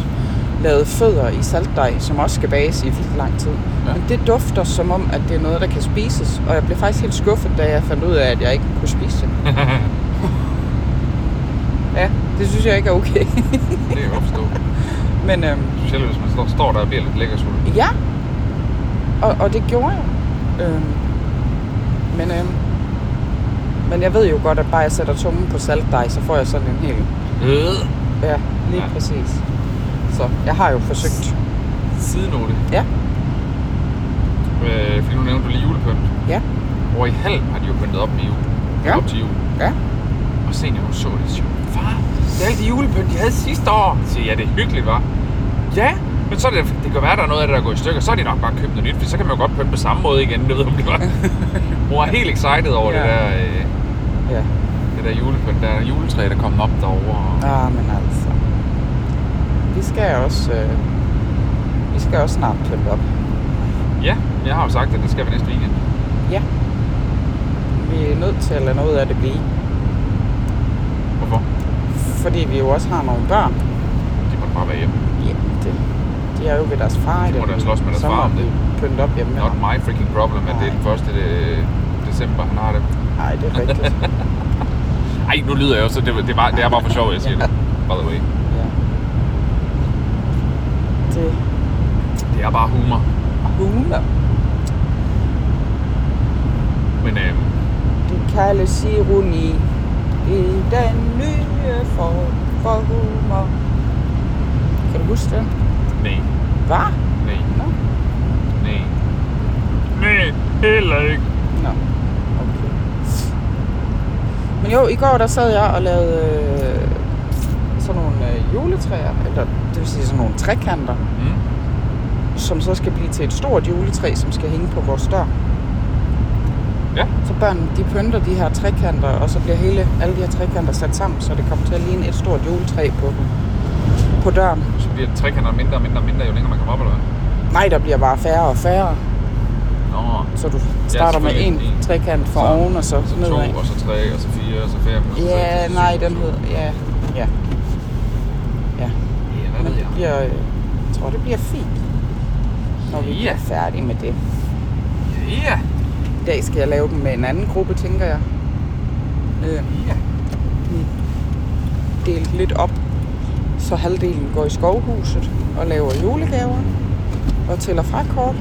[SPEAKER 2] lavet fødder i saltdej, som også skal bages i vildt lang tid. Ja. Men det dufter som om, at det er noget, der kan spises. Og jeg blev faktisk helt skuffet, da jeg fandt ud af, at jeg ikke kunne spise det. ja, det synes jeg ikke er okay. [LAUGHS]
[SPEAKER 3] det er opstå.
[SPEAKER 2] men øhm,
[SPEAKER 3] Specielt hvis man står, står der og bliver lidt lækker sulten.
[SPEAKER 2] Ja. Og, og det gjorde jeg. Øhm, men, øhm, men jeg ved jo godt, at bare jeg sætter tungen på saltdej, så får jeg sådan en hel...
[SPEAKER 3] Øh,
[SPEAKER 2] Ja, lige ja.
[SPEAKER 3] Ja.
[SPEAKER 2] præcis. Så jeg har jo forsøgt.
[SPEAKER 3] sidenote.
[SPEAKER 2] Ja.
[SPEAKER 3] Øh, fordi nu nævnte du lige julepynt.
[SPEAKER 2] Ja.
[SPEAKER 3] Over i halv har de jo pyntet op med jul.
[SPEAKER 2] Ja.
[SPEAKER 3] Op til jul.
[SPEAKER 2] Ja.
[SPEAKER 3] Og senior, hun så det, siger hun, far, det er alle de julepynt, de havde sidste år. Så siger jeg, ja, det er hyggeligt, var. Ja, men så er det, det kan være, der er noget af det, der går i stykker. Så er de nok bare købt noget nyt, for så kan man jo godt pynte på samme måde igen. Det ved hun
[SPEAKER 2] [LAUGHS]
[SPEAKER 3] godt. Mor er helt excited over
[SPEAKER 2] Ja.
[SPEAKER 3] det der, øh,
[SPEAKER 2] Ja.
[SPEAKER 3] det der julepynt. Der er juletræ, der er kommet op derovre.
[SPEAKER 2] Ah, men altså. Vi skal også... Øh, vi skal også snart pynte op.
[SPEAKER 3] Ja, jeg har jo sagt, at det skal vi næste weekend.
[SPEAKER 2] Ja. Vi er nødt til at lade noget af det blive.
[SPEAKER 3] Hvorfor?
[SPEAKER 2] Fordi vi jo også har nogle børn.
[SPEAKER 3] De må da bare være hjemme.
[SPEAKER 2] Ja, det, de er jo ved deres far. i
[SPEAKER 3] De må
[SPEAKER 2] den
[SPEAKER 3] da
[SPEAKER 2] uge.
[SPEAKER 3] slås med deres
[SPEAKER 2] så må
[SPEAKER 3] far om
[SPEAKER 2] vi
[SPEAKER 3] det.
[SPEAKER 2] Pynte op hjemme med
[SPEAKER 3] Not
[SPEAKER 2] ham.
[SPEAKER 3] my freaking problem, at det er den
[SPEAKER 2] Nej.
[SPEAKER 3] 1. de- december, han har det.
[SPEAKER 2] Nej, det er rigtigt.
[SPEAKER 3] Ej, nu lyder jeg jo, så det, det, er bare, det er bare for sjov, jeg siger det. By the way.
[SPEAKER 2] Ja. Det
[SPEAKER 3] Det er bare humor.
[SPEAKER 2] humor.
[SPEAKER 3] Men øh,
[SPEAKER 2] Det kaldes ironi i den nye form for humor. Kan du huske det?
[SPEAKER 3] nej,
[SPEAKER 2] Hvad?
[SPEAKER 3] nej,
[SPEAKER 2] Nå.
[SPEAKER 3] nej. Nej, heller ikke.
[SPEAKER 2] Nå. Okay. Men jo, i går der sad jeg og lavede øh, sådan nogle øh, juletræer, eller det vil sige sådan nogle trekanter,
[SPEAKER 3] Mm.
[SPEAKER 2] som så skal blive til et stort juletræ, som skal hænge på vores dør.
[SPEAKER 3] Ja.
[SPEAKER 2] Så børnene, de pynter de her trekanter, og så bliver hele, alle de her trekanter sat sammen, så det kommer til at ligne et stort juletræ på, på døren.
[SPEAKER 3] Så bliver trekanter mindre og mindre og mindre, jo længere man kommer op, eller hvad?
[SPEAKER 2] Nej, der bliver bare færre og færre,
[SPEAKER 3] Nå,
[SPEAKER 2] så du starter med en
[SPEAKER 3] selvfølgelig en.
[SPEAKER 2] trekant for
[SPEAKER 3] Så-
[SPEAKER 2] oven, og så,
[SPEAKER 3] så to,
[SPEAKER 2] nedad.
[SPEAKER 3] og så tre, og så fire, og så fem, og så seks, og
[SPEAKER 2] Ja,
[SPEAKER 3] så
[SPEAKER 2] nej,
[SPEAKER 3] syv,
[SPEAKER 2] den
[SPEAKER 3] og så-
[SPEAKER 2] hed, ja, ja, ja.
[SPEAKER 3] Ja, hvad
[SPEAKER 2] Men
[SPEAKER 3] ved
[SPEAKER 2] det
[SPEAKER 3] jeg?
[SPEAKER 2] bliver, øh, jeg tror, det bliver fint, når vi
[SPEAKER 3] Ja.
[SPEAKER 2] bliver færdige med det.
[SPEAKER 3] Ja,
[SPEAKER 2] I dag skal jeg lave dem med en anden gruppe, tænker jeg. Øh,
[SPEAKER 3] ja.
[SPEAKER 2] delt lidt op, så halvdelen går i skovhuset og laver julegaver og tæller frakort,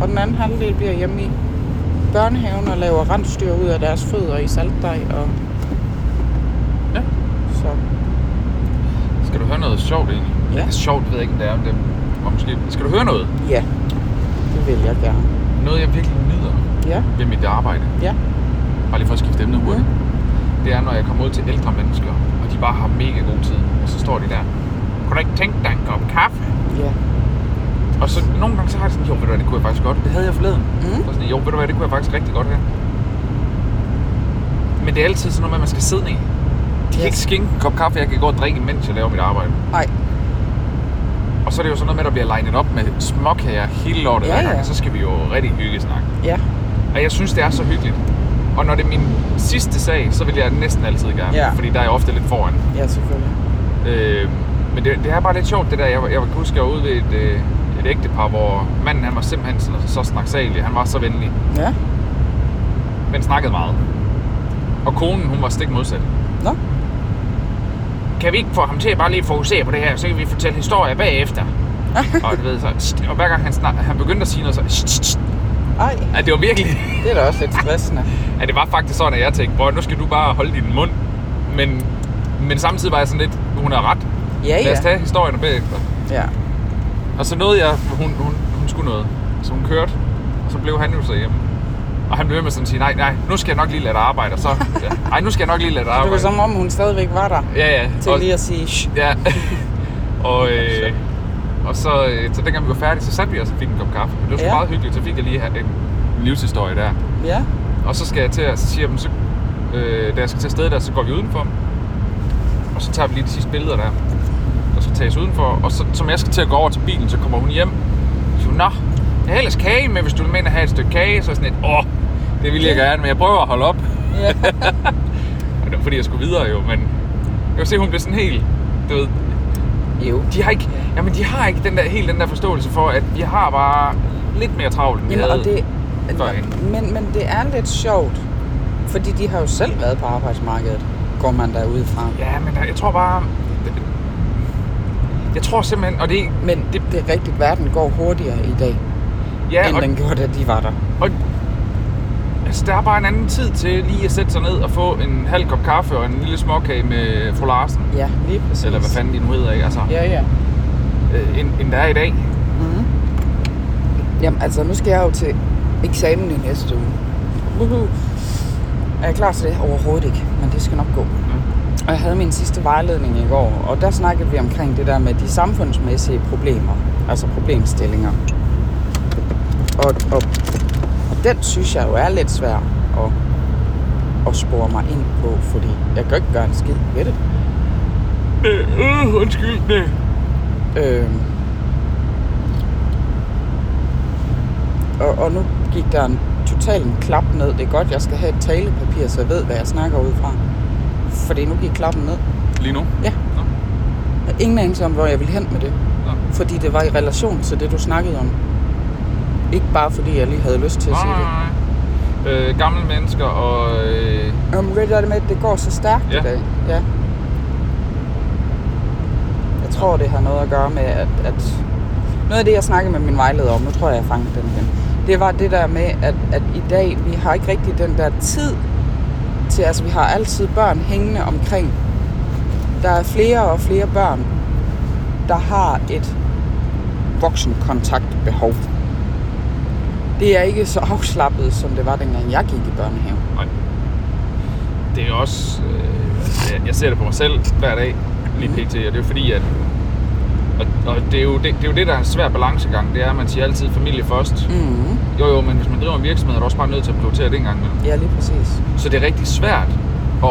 [SPEAKER 2] og den anden halvdel bliver hjemme i børnehaven og laver rensdyr ud af deres fødder i saltdej. Og...
[SPEAKER 3] Ja.
[SPEAKER 2] Så
[SPEAKER 3] Skal du høre noget sjovt egentlig?
[SPEAKER 2] Ja.
[SPEAKER 3] Altså, Sjovt ved jeg ikke, om det er, om det er, om måske... Skal du høre noget?
[SPEAKER 2] ja, det vil jeg gerne.
[SPEAKER 3] Noget, jeg virkelig nyder
[SPEAKER 2] Ja,
[SPEAKER 3] ved mit arbejde.
[SPEAKER 2] ja, Mhm.
[SPEAKER 3] bare lige for at skifte emne hurtigt, det er, når jeg kommer ud til ældre mennesker, og de bare har mega god tid, og så står de der, kunne du ikke tænke dig en kop kaffe?
[SPEAKER 2] ja.
[SPEAKER 3] Og så nogle gange så har jeg sådan, jo ved du hvad, det kunne jeg faktisk godt. Det havde jeg forleden.
[SPEAKER 2] Mm.
[SPEAKER 3] Og sådan, jo ved du hvad, det kunne jeg faktisk rigtig godt her. Men det er altid sådan noget med, at man skal sidde ned. De
[SPEAKER 2] Ja.
[SPEAKER 3] kan ikke skænke en kop kaffe, jeg kan gå og drikke, mens jeg laver mit arbejde.
[SPEAKER 2] Nej,
[SPEAKER 3] Og så er det jo sådan noget med, at der bliver lignet op med småkager hele lortet
[SPEAKER 2] Ja,
[SPEAKER 3] hver gang,
[SPEAKER 2] ja.
[SPEAKER 3] og så skal vi jo rigtig hygge snakke.
[SPEAKER 2] ja,
[SPEAKER 3] Og jeg synes, det er så hyggeligt. Og når det er min sidste sag, så vil jeg næsten altid gerne,
[SPEAKER 2] Ja.
[SPEAKER 3] fordi der er jeg ofte lidt foran.
[SPEAKER 2] Ja, selvfølgelig.
[SPEAKER 3] Øh, men det, det er bare lidt sjovt det der. Jeg, var- jeg kan huske, jeg var ude ved et, øh, et ægtepar, hvor manden han var simpelthen så, så snaksalig. Han var så venlig,
[SPEAKER 2] Ja.
[SPEAKER 3] men snakkede meget. Og konen, hun var stik modsat.
[SPEAKER 2] Nå.
[SPEAKER 3] Kan vi ikke få ham til at bare lige fokusere på det her, så kan vi fortælle historier bagefter. og, du ved, så, "Sst," og hver gang han, snak, han begyndte at sige noget, så... "Sst, sst, sst."
[SPEAKER 2] Ej,
[SPEAKER 3] At det var virkelig...
[SPEAKER 2] det er da også lidt stressende.
[SPEAKER 3] at det var faktisk sådan, at jeg tænkte, bror, nu skal du bare holde din mund. Men, men samtidig var jeg sådan lidt, hun har ret.
[SPEAKER 2] Ja,
[SPEAKER 3] Lad os
[SPEAKER 2] ja.
[SPEAKER 3] tage historien bagefter.
[SPEAKER 2] Ja.
[SPEAKER 3] Og så nåede jeg, hun, hun, hun skulle noget. Så hun kørte, og så blev han jo så hjemme. Og han blev ved med sådan at sige, nej, nej, nu skal jeg nok lige lade dig arbejde. Og så,
[SPEAKER 2] [LAUGHS]
[SPEAKER 3] ja, nej, nu skal jeg nok lige lade dig
[SPEAKER 2] Det var
[SPEAKER 3] arbejde.
[SPEAKER 2] som om, hun stadigvæk var der.
[SPEAKER 3] Ja, ja.
[SPEAKER 2] Til
[SPEAKER 3] og,
[SPEAKER 2] lige at sige, Shh. [LAUGHS]
[SPEAKER 3] Ja. og, øh, og så, øh, så dengang vi var færdige, så satte vi os og fik en kop kaffe. Det var sgu
[SPEAKER 2] Ja.
[SPEAKER 3] meget hyggeligt, så fik jeg lige en livshistorie der.
[SPEAKER 2] ja,
[SPEAKER 3] Og så skal jeg til at så siger jeg, dem, så, øh, da jeg skal til afsted der, så går vi udenfor. Og så tager vi lige de sidste billeder der, der skal tages udenfor. Og så, som jeg skal til at gå over til bilen, så kommer hun hjem. Så siger hun, nå, jeg har ellers kage med, hvis du mener at have et stykke kage. Så er jeg sådan et, åh, det vil jeg gerne, men jeg prøver at holde op.
[SPEAKER 2] Ja.
[SPEAKER 3] [LAUGHS] Og det var fordi, jeg skulle videre jo, men jeg kan se, hun blev sådan helt, du ved,
[SPEAKER 2] jo.
[SPEAKER 3] de har ikke, jamen de har ikke den der, helt den der forståelse for, at vi har bare lidt mere travlt, end vi
[SPEAKER 2] Jamen,
[SPEAKER 3] havde.
[SPEAKER 2] og det,
[SPEAKER 3] Sorry.
[SPEAKER 2] men, men det er lidt sjovt, fordi de har jo selv været på arbejdsmarkedet, går man derude fra.
[SPEAKER 3] Ja, men der, jeg tror bare... Jeg tror simpelthen, og det er...
[SPEAKER 2] Men det, det er rigtigt, verden går hurtigere i dag, ja,
[SPEAKER 3] Ja,
[SPEAKER 2] end
[SPEAKER 3] og,
[SPEAKER 2] den gjorde, da de var der.
[SPEAKER 3] og, altså, der er bare en anden tid til lige at sætte sig ned og få en halv kop kaffe og en lille småkage med fru Larsen.
[SPEAKER 2] Ja, lige præcis.
[SPEAKER 3] Eller hvad fanden de nu hedder, ikke? Altså,
[SPEAKER 2] Ja, ja.
[SPEAKER 3] øh, end, end der er i dag.
[SPEAKER 2] Jamen altså, nu skal jeg jo til eksamen i næste uge. Uhuh. Er jeg klar til det? Overhovedet ikke, men det skal nok gå. Og jeg havde min sidste vejledning i går, og der snakkede vi omkring det der med de samfundsmæssige problemer, altså problemstillinger. Og, og, og den synes jeg jo er lidt svær at, at spore mig ind på, fordi jeg kan jo ikke gøre en skid ved det.
[SPEAKER 3] Øh, undskyld, nej.
[SPEAKER 2] Øh. Og, og nu gik der en total en klap ned. Det er godt, jeg skal have et talepapir, så jeg ved, hvad jeg snakker ud fra. Fordi nu gik klappen ned.
[SPEAKER 3] Lige nu?
[SPEAKER 2] Ja.
[SPEAKER 3] Nå.
[SPEAKER 2] Jeg har ingen anelse om, hvor jeg ville hen med det.
[SPEAKER 3] Nå.
[SPEAKER 2] Fordi det var i relation til det, du snakkede om. Ikke bare fordi, jeg lige havde lyst til at
[SPEAKER 3] Nej,
[SPEAKER 2] sige
[SPEAKER 3] nej,
[SPEAKER 2] det.
[SPEAKER 3] nej. Øh, gamle mennesker og... Øh,
[SPEAKER 2] Om Red Dead med, det går så stærkt
[SPEAKER 3] Ja.
[SPEAKER 2] i dag. Ja. Jeg tror, det har noget at gøre med, at, at noget af det, jeg snakkede med min vejleder om, nu tror jeg, jeg fangede den igen, det var det der med, at, at i dag, vi har ikke rigtig den der tid til, altså vi har altid børn hængende omkring. Der er flere og flere børn, der har et voksenkontaktbehov. Det er ikke så afslappet, som det var, dengang jeg gik i børnehave.
[SPEAKER 3] Nej. Det er også... Øh, altså, jeg- jeg ser det på mig selv hver dag, lige
[SPEAKER 2] Mhm.
[SPEAKER 3] pt. Og det er jo fordi, at... Og, og det, er jo det, det er jo det, der er en svær balancegang. Det er, at man siger altid familie først.
[SPEAKER 2] Mm-hmm.
[SPEAKER 3] Jo jo, men hvis man driver en virksomhed, er du også bare nødt til at prioritere det en gang imellem.
[SPEAKER 2] Ja, lige præcis.
[SPEAKER 3] Så det er rigtig svært at,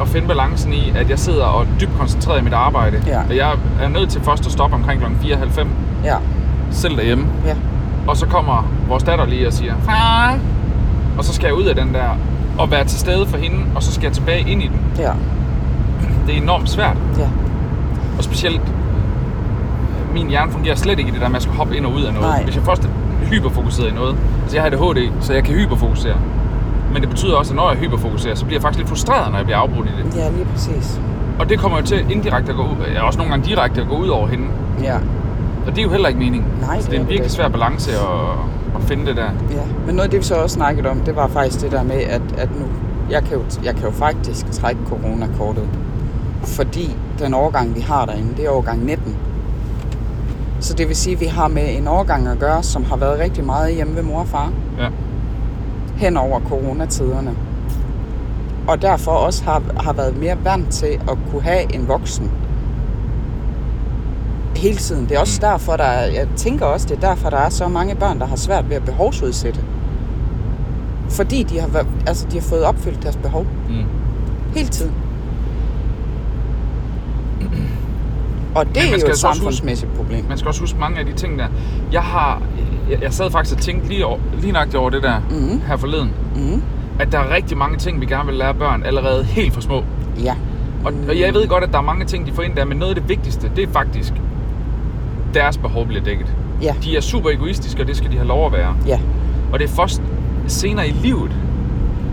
[SPEAKER 3] at finde balancen i, at jeg sidder og er dybt koncentreret i mit arbejde.
[SPEAKER 2] Ja.
[SPEAKER 3] Og jeg er nødt til først at stoppe omkring kl. 4.30
[SPEAKER 2] Ja,
[SPEAKER 3] selv derhjemme.
[SPEAKER 2] ja,
[SPEAKER 3] Og så kommer vores datter lige og siger, far. Og så skal jeg ud af den der og være til stede for hende, og så skal jeg tilbage ind i den.
[SPEAKER 2] ja,
[SPEAKER 3] Det er enormt svært,
[SPEAKER 2] ja.
[SPEAKER 3] og specielt min hjerne fungerer slet ikke i det der med, at jeg skal hoppe ind og ud af noget.
[SPEAKER 2] Nej.
[SPEAKER 3] Hvis jeg først er hyperfokuseret i noget, altså jeg har ADHD, så jeg kan hyperfokusere. Men det betyder også, at når jeg hyperfokuserer, så bliver jeg faktisk lidt frustreret, når jeg bliver afbrudt i det.
[SPEAKER 2] Ja, lige præcis.
[SPEAKER 3] Og det kommer jo til indirekte at gå ud, ja, også nogle gange direkte at gå ud over hende.
[SPEAKER 2] Ja,
[SPEAKER 3] Og det er jo heller ikke meningen.
[SPEAKER 2] Nej,
[SPEAKER 3] så
[SPEAKER 2] det
[SPEAKER 3] det
[SPEAKER 2] er
[SPEAKER 3] er
[SPEAKER 2] det
[SPEAKER 3] en virkelig
[SPEAKER 2] ikke.
[SPEAKER 3] svær balance at, at finde det der.
[SPEAKER 2] ja. Men noget af det, vi så også snakkede om, det var faktisk det der med, at, at nu, jeg kan, jo, jeg kan jo faktisk trække coronakortet. Fordi den årgang, vi har derinde, det er årgang 19. Så det vil sige, at vi har med en årgang at gøre, som har været rigtig meget hjemme ved mor og far.
[SPEAKER 3] Ja.
[SPEAKER 2] hen over coronatiderne. Og derfor også har, har været mere vant til at kunne have en voksen hele tiden. Det er
[SPEAKER 3] Mm.
[SPEAKER 2] også derfor, der er, jeg tænker også, det er derfor, der er så mange børn, der har svært ved at behovsudsætte. Fordi de har, været- altså, de har fået opfyldt deres behov
[SPEAKER 3] Mm.
[SPEAKER 2] hele tiden. Og det
[SPEAKER 3] man
[SPEAKER 2] er
[SPEAKER 3] skal
[SPEAKER 2] jo et
[SPEAKER 3] altså også huske-
[SPEAKER 2] samfundsmæssigt problem.
[SPEAKER 3] man skal også huske mange af de ting der.
[SPEAKER 2] Mhm.
[SPEAKER 3] Jeg har, jeg, jeg sad faktisk og tænkte lige, over, lige nøjagtigt over det der mm. her forleden. Mm. at der er rigtig mange ting, vi gerne vil lære børn allerede helt fra små.
[SPEAKER 2] Ja.
[SPEAKER 3] Og, og jeg ved godt, at der er mange ting, de får ind der, men noget af det vigtigste, det er faktisk, deres behov bliver dækket.
[SPEAKER 2] Ja.
[SPEAKER 3] De er super egoistiske, og det skal de have lov at være.
[SPEAKER 2] Ja.
[SPEAKER 3] Og det er først senere i livet,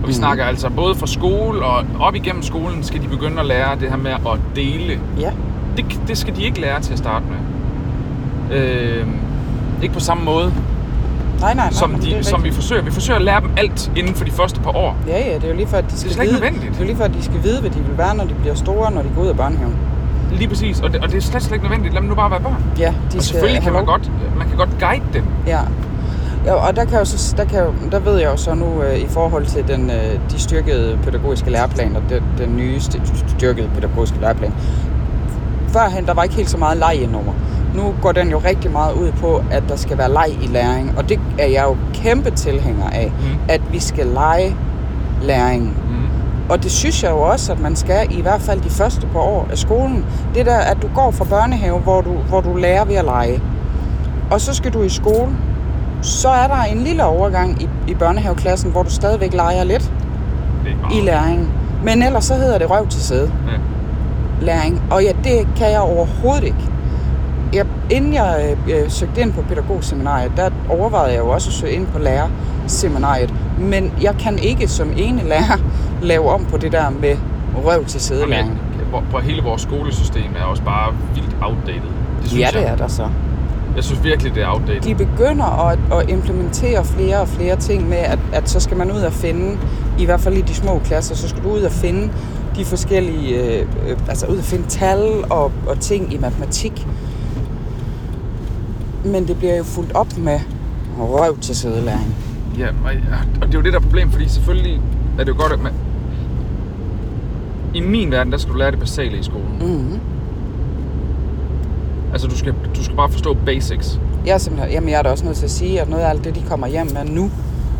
[SPEAKER 3] og vi mm. snakker altså både fra skole og op igennem skolen, skal de begynde at lære det her med at dele.
[SPEAKER 2] Ja.
[SPEAKER 3] Det, det skal de ikke lære til at starte med. Øh, ikke på samme måde,
[SPEAKER 2] Nej, nej, nej.
[SPEAKER 3] som,
[SPEAKER 2] men det er
[SPEAKER 3] de, som vi
[SPEAKER 2] rigtigt.
[SPEAKER 3] forsøger. Vi forsøger at lære dem alt inden for de første par år.
[SPEAKER 2] Ja, ja, det er jo lige for, at de skal
[SPEAKER 3] slet ikke
[SPEAKER 2] vide,
[SPEAKER 3] nødvendigt.
[SPEAKER 2] Det er jo lige for, at de skal vide, hvad de vil være, når de bliver store, når de går ud af børnehaven.
[SPEAKER 3] Lige præcis. Og det, og det er slet, slet ikke nødvendigt. Lad dem nu bare være børn.
[SPEAKER 2] Ja, de
[SPEAKER 3] Og
[SPEAKER 2] skal
[SPEAKER 3] selvfølgelig kan
[SPEAKER 2] have
[SPEAKER 3] man
[SPEAKER 2] lov-
[SPEAKER 3] godt, man kan godt guide dem.
[SPEAKER 2] Ja. ja og der, kan jeg jo så, der, kan, jeg jo- der ved jeg jo så nu øh, i forhold til den, øh, de styrkede pædagogiske læreplaner, den, den nye st- styrkede pædagogiske læreplan. Førhen, der var ikke helt så meget leg indover. Nu går den jo rigtig meget ud på, at der skal være leg i læring, og det er jeg jo kæmpe tilhænger af,
[SPEAKER 3] Mm.
[SPEAKER 2] mm. at vi skal lege læringen. Og det synes jeg jo også, at man skal, i hvert fald de første par år af skolen. Det der, at du går fra børnehave, hvor du, hvor du lærer ved at lege. Og så skal du i skole. Så er der en lille overgang i, i børnehaveklassen, hvor du stadigvæk leger lidt
[SPEAKER 3] Det er ikke
[SPEAKER 2] i
[SPEAKER 3] meget.
[SPEAKER 2] læringen. Men ellers så hedder det røv til sæde.
[SPEAKER 3] Ja.
[SPEAKER 2] Læring. Og ja, det kan jeg overhovedet ikke. Jeg, inden jeg øh, øh, søgte ind på pædagogseminariet, der overvejede jeg jo også at søge ind på lærerseminariet. Men jeg kan ikke som ene lærer lave om på det der med røv til sædelæring.
[SPEAKER 3] Jamen, hvor, hvor hele vores skolesystem er også bare vildt outdated. Det synes
[SPEAKER 2] Ja, det
[SPEAKER 3] jeg.
[SPEAKER 2] er der så.
[SPEAKER 3] Jeg synes virkelig, det er outdated.
[SPEAKER 2] de begynder at, at implementere flere og flere ting med, at, at så skal man ud og finde, i hvert fald i de små klasser, så skal du ud og finde de forskellige, øh, øh, altså ud og finde tal og, og ting i matematik. Men det bliver jo fuldt op med røv til sædelæring.
[SPEAKER 3] Ja, og, og det er jo det, der er problem, fordi selvfølgelig er det jo godt, at man... I min verden, der skal du lære det basale i skolen.
[SPEAKER 2] Mm-hmm.
[SPEAKER 3] Altså, du skal, du skal bare forstå basics.
[SPEAKER 2] Jeg er simpelthen, jamen jeg er da også nødt til at sige, at noget af alt det, de kommer hjem med nu,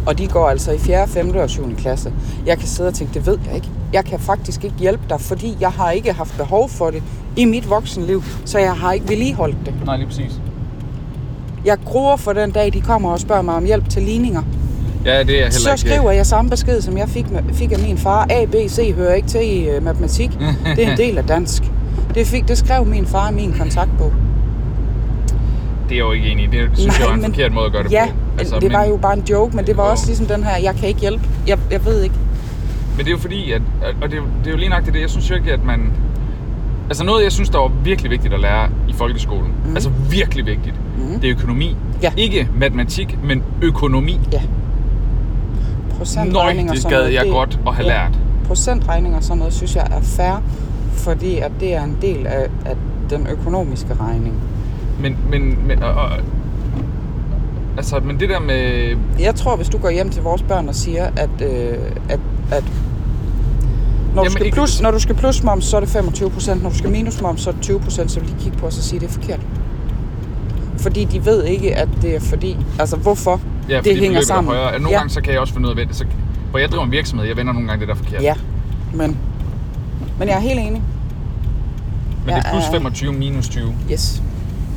[SPEAKER 2] og de går altså i 4., 5. og 7. klasse. Jeg kan sidde og tænke, det ved jeg ikke. Jeg kan faktisk ikke hjælpe dig, fordi jeg har ikke haft behov for det i mit voksenliv, så jeg har ikke vedligeholdt det.
[SPEAKER 3] Nej, lige præcis.
[SPEAKER 2] Jeg gruer for den dag, de kommer og spørger mig om hjælp til ligninger.
[SPEAKER 3] Ja, det er jeg heller
[SPEAKER 2] Så
[SPEAKER 3] ikke.
[SPEAKER 2] skriver jeg samme besked, som jeg fik, med, fik af min far. A, B, C hører ikke til i øh,
[SPEAKER 3] [LAUGHS]
[SPEAKER 2] matematik. Det er en del af dansk. Det, fik, det skrev min far i min kontaktbog.
[SPEAKER 3] Det er jeg jo ikke enig i. Det synes Nej, jeg er en
[SPEAKER 2] men-
[SPEAKER 3] forkert måde at gøre det
[SPEAKER 2] ja,
[SPEAKER 3] på.
[SPEAKER 2] Altså, det var
[SPEAKER 3] men,
[SPEAKER 2] jo bare en joke, men det var
[SPEAKER 3] Jo.
[SPEAKER 2] også ligesom den her, jeg kan ikke hjælpe. Jeg, jeg ved ikke.
[SPEAKER 3] Men det er jo fordi, at, at- og det er, jo- det er jo lige nok det, jeg synes jo ikke, at man... Altså noget, jeg synes, der var virkelig vigtigt at lære i folkeskolen, mm. altså virkelig vigtigt, mm. det er økonomi.
[SPEAKER 2] Mhm. Ja.
[SPEAKER 3] Ikke matematik, men økonomi. Nøj,
[SPEAKER 2] Procentregninger og
[SPEAKER 3] det
[SPEAKER 2] sådan
[SPEAKER 3] gad
[SPEAKER 2] noget.
[SPEAKER 3] jeg godt at have lært.
[SPEAKER 2] Procentregninger og sådan noget, synes jeg er fair, fordi at det er en del af, af den økonomiske regning.
[SPEAKER 3] Men, men, men, og, og, altså, men det der med...
[SPEAKER 2] Jeg tror, hvis du går hjem til vores børn og siger, at, øh, at, at når,
[SPEAKER 3] Jamen,
[SPEAKER 2] du skal
[SPEAKER 3] ikke-
[SPEAKER 2] plus, når du skal plus moms, så er det 25 procent. Når du skal minus moms, så er det 20 procent. Så vil de kigge på os og sige, at det er forkert. Fordi de ved ikke, at det er fordi... Altså, hvorfor
[SPEAKER 3] Ja, fordi
[SPEAKER 2] det hænger
[SPEAKER 3] beløbet er
[SPEAKER 2] sammen.
[SPEAKER 3] Højere. Nogle ja. gange så kan jeg også finde ud af at det. Så, hvor jeg driver en virksomhed, jeg vender nogle gange det der forkert.
[SPEAKER 2] Ja, men, men jeg er helt enig.
[SPEAKER 3] men det er plus
[SPEAKER 2] ja, ja.
[SPEAKER 3] 25 minus 20.
[SPEAKER 2] Yes,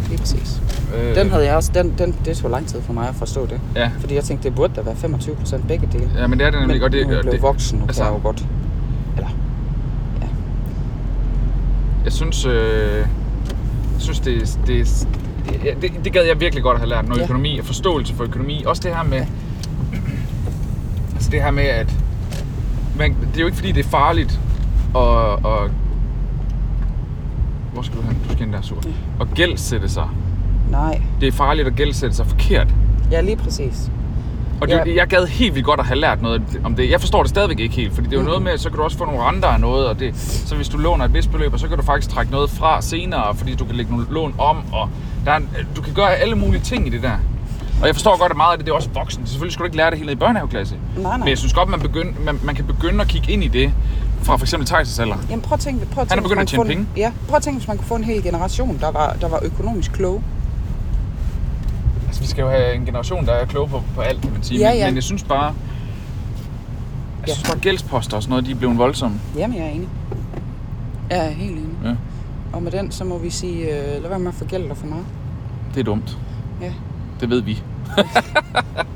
[SPEAKER 2] lige præcis.
[SPEAKER 3] Øh,
[SPEAKER 2] Den havde jeg også, den, den, det tog lang tid for mig at forstå det.
[SPEAKER 3] Ja.
[SPEAKER 2] Fordi jeg tænkte, det burde da være 25 procent begge dele.
[SPEAKER 3] Ja, men det er det nemlig.
[SPEAKER 2] Men
[SPEAKER 3] og det,
[SPEAKER 2] nu er jeg
[SPEAKER 3] og
[SPEAKER 2] blevet
[SPEAKER 3] det,
[SPEAKER 2] voksen, nu altså,
[SPEAKER 3] altså-
[SPEAKER 2] kan jeg jo godt. Eller,
[SPEAKER 3] Jeg synes, øh, jeg synes det, det, ja, det, det gad jeg virkelig godt at have lært noget
[SPEAKER 2] Ja.
[SPEAKER 3] ja. økonomi og forståelse for økonomi. Også det her med, altså det her med at man, det er jo ikke fordi det er farligt at, at hvor skal du hen? Du skal ind der sur. Og gældsætte sig.
[SPEAKER 2] nej.
[SPEAKER 3] Det er farligt at gældsætte sig forkert.
[SPEAKER 2] Ja, lige præcis.
[SPEAKER 3] Og det,
[SPEAKER 2] Ja.
[SPEAKER 3] ja. jeg gad helt vildt godt at have lært noget om det. Jeg forstår det stadigvæk ikke helt, fordi det er jo
[SPEAKER 2] Mm.
[SPEAKER 3] noget med, at så kan du også få nogle renter af noget, og det, så hvis du låner et vist beløb, og så kan du faktisk trække noget fra senere, fordi du kan lægge nogle lån om, og der er, en- øh, du kan gøre alle mulige ting i det der. Og jeg forstår godt, at meget af det, det er også voksen. Selvfølgelig skal du ikke lære det hele i børnehaveklasse.
[SPEAKER 2] nej.
[SPEAKER 3] Men jeg synes godt, man, begynd, man, man kan begynde at kigge ind i det fra for eksempel Thijs' alder.
[SPEAKER 2] Jamen prøv at tænke, prøv at tænke
[SPEAKER 3] Han
[SPEAKER 2] hvis
[SPEAKER 3] er begyndt
[SPEAKER 2] man
[SPEAKER 3] at tjene
[SPEAKER 2] kunne få en-
[SPEAKER 3] penge.
[SPEAKER 2] Ja, prøv at tænke, hvis man kunne få en hel generation, der var, der var økonomisk kloge.
[SPEAKER 3] Altså, vi skal jo have en generation, der er klog på, på alt, kan man sige.
[SPEAKER 2] Ja,
[SPEAKER 3] Men-
[SPEAKER 2] ja.
[SPEAKER 3] Men jeg synes bare, jeg
[SPEAKER 2] Ja.
[SPEAKER 3] synes bare, gældsposter og sådan noget, de er blevet voldsomme.
[SPEAKER 2] Jamen, jeg er enig. Jeg er helt enig.
[SPEAKER 3] Ja.
[SPEAKER 2] Og med den, så må vi sige, øh, lad være med at forgælde dig for meget.
[SPEAKER 3] Det er dumt.
[SPEAKER 2] Ja.
[SPEAKER 3] Det ved vi.
[SPEAKER 2] Det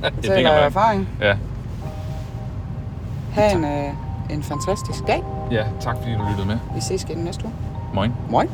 [SPEAKER 3] tænker
[SPEAKER 2] taler af
[SPEAKER 3] jeg.
[SPEAKER 2] erfaring.
[SPEAKER 3] Ja.
[SPEAKER 2] øh, Ha' en, øh, en fantastisk dag.
[SPEAKER 3] Ja, tak fordi du lyttede med.
[SPEAKER 2] Vi ses igen næste uge.
[SPEAKER 3] Moin.
[SPEAKER 2] Moin.